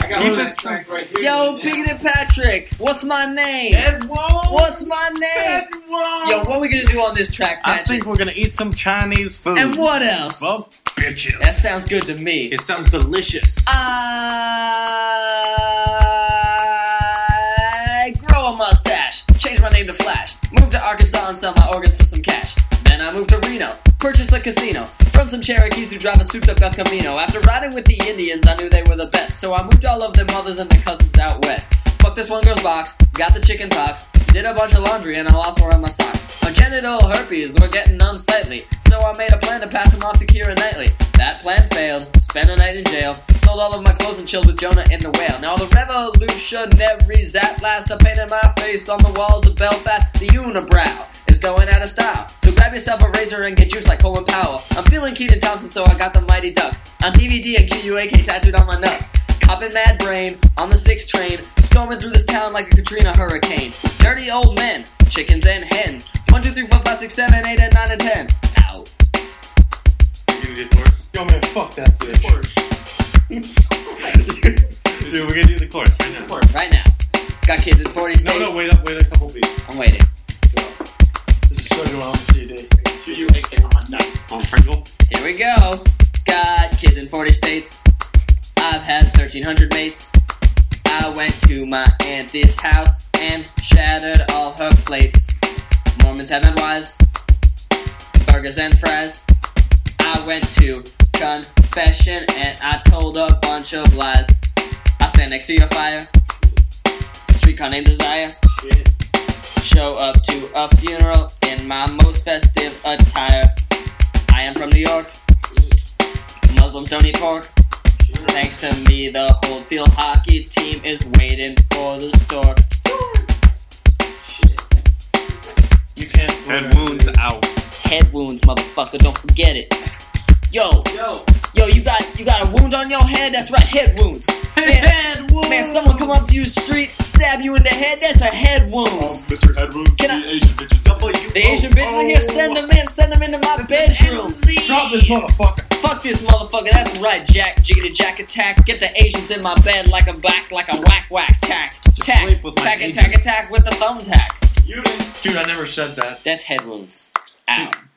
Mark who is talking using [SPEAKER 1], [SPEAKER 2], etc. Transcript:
[SPEAKER 1] Keep
[SPEAKER 2] one
[SPEAKER 1] it
[SPEAKER 2] of that
[SPEAKER 1] simple.
[SPEAKER 2] right here.
[SPEAKER 3] Yo, Big and Patrick, what's my name?
[SPEAKER 2] Edward.
[SPEAKER 3] What's my name?
[SPEAKER 2] Edward.
[SPEAKER 3] Yo, what are we gonna do on this track,
[SPEAKER 1] I
[SPEAKER 3] Patrick?
[SPEAKER 1] think we're gonna eat some Chinese food.
[SPEAKER 3] and what else?
[SPEAKER 1] Well, bitches.
[SPEAKER 3] that sounds good to me.
[SPEAKER 1] it sounds delicious.
[SPEAKER 3] I grow a mustache, change my name to Flash, move to Arkansas and sell my organs for some cash. Then I move to Reno, purchase a casino from some Cherokees who drive a souped up El Camino. After riding with the Indians, I knew they were the best, so I moved all of their mothers and their cousins out west. Fuck this one girl's box, got the chicken pox, did a bunch of laundry and I lost one of my socks. My genital herpes were getting unsightly, so I made a plan to pass them off to Kira Knightley. That plan failed, spent a night in jail, sold all of my clothes and chilled with Jonah and the whale. Now the revolutionary zap blast, I painted my face on the walls of Belfast, the unibrow is going out of style. So grab yourself a razor and get juiced like Colin Powell. I'm feeling Keaton Thompson, so I got the Mighty Ducks on DVD and QUAK tattooed on my nuts. Copping mad brain on the six train, storming through this town like a Katrina hurricane. Dirty old men, chickens and hens. One, two, three, four, five, six, seven, eight, and nine, and ten. Ow.
[SPEAKER 2] You did worse.
[SPEAKER 1] Yo, man, fuck that bitch. Dude, we're gonna do the chorus right now.
[SPEAKER 3] Right now, got kids in 40 states.
[SPEAKER 1] No, no, wait up, wait a couple beats.
[SPEAKER 3] I'm waiting.
[SPEAKER 1] This is Sergio on the CD. On Pringle?
[SPEAKER 3] Here we go. Got kids in 40 states. I've had 1,300 mates. I went to my auntie's house and shattered all her plates. Mormons have had wives, burgers and fries. I went to confession and I told a bunch of lies. I stand next to your fire. Streetcar named Desire. Show up to a funeral in my most festive attire. I am from New York. Muslims don't eat pork. Thanks to me, the whole field hockey team is waiting for the stork.
[SPEAKER 2] You can't.
[SPEAKER 1] Head wounds out.
[SPEAKER 3] Head wounds, motherfucker, don't forget it. Yo,
[SPEAKER 2] Yo.
[SPEAKER 3] yo, you got you got a wound on your head? That's right, head wounds. Man,
[SPEAKER 1] Head wounds!
[SPEAKER 3] man someone come up to you street, stab you in the head, that's a head wounds.
[SPEAKER 4] Mr. Edwards,
[SPEAKER 3] Can
[SPEAKER 4] the Asian bitches.
[SPEAKER 3] The
[SPEAKER 1] Oh,
[SPEAKER 3] Asian bitches are here, send them in, send them into my bedroom.
[SPEAKER 1] Drop this motherfucker.
[SPEAKER 3] Fuck this motherfucker, that's right, Jack. Jiggity Jack attack. Get the Asians in my bed like a back, like a whack whack tack. Tack,
[SPEAKER 1] sleep with my
[SPEAKER 3] tack,
[SPEAKER 1] Asians.
[SPEAKER 3] attack, attack with a thumbtack.
[SPEAKER 2] You didn't.
[SPEAKER 1] Dude, I never said that.
[SPEAKER 3] That's head wounds. Ow.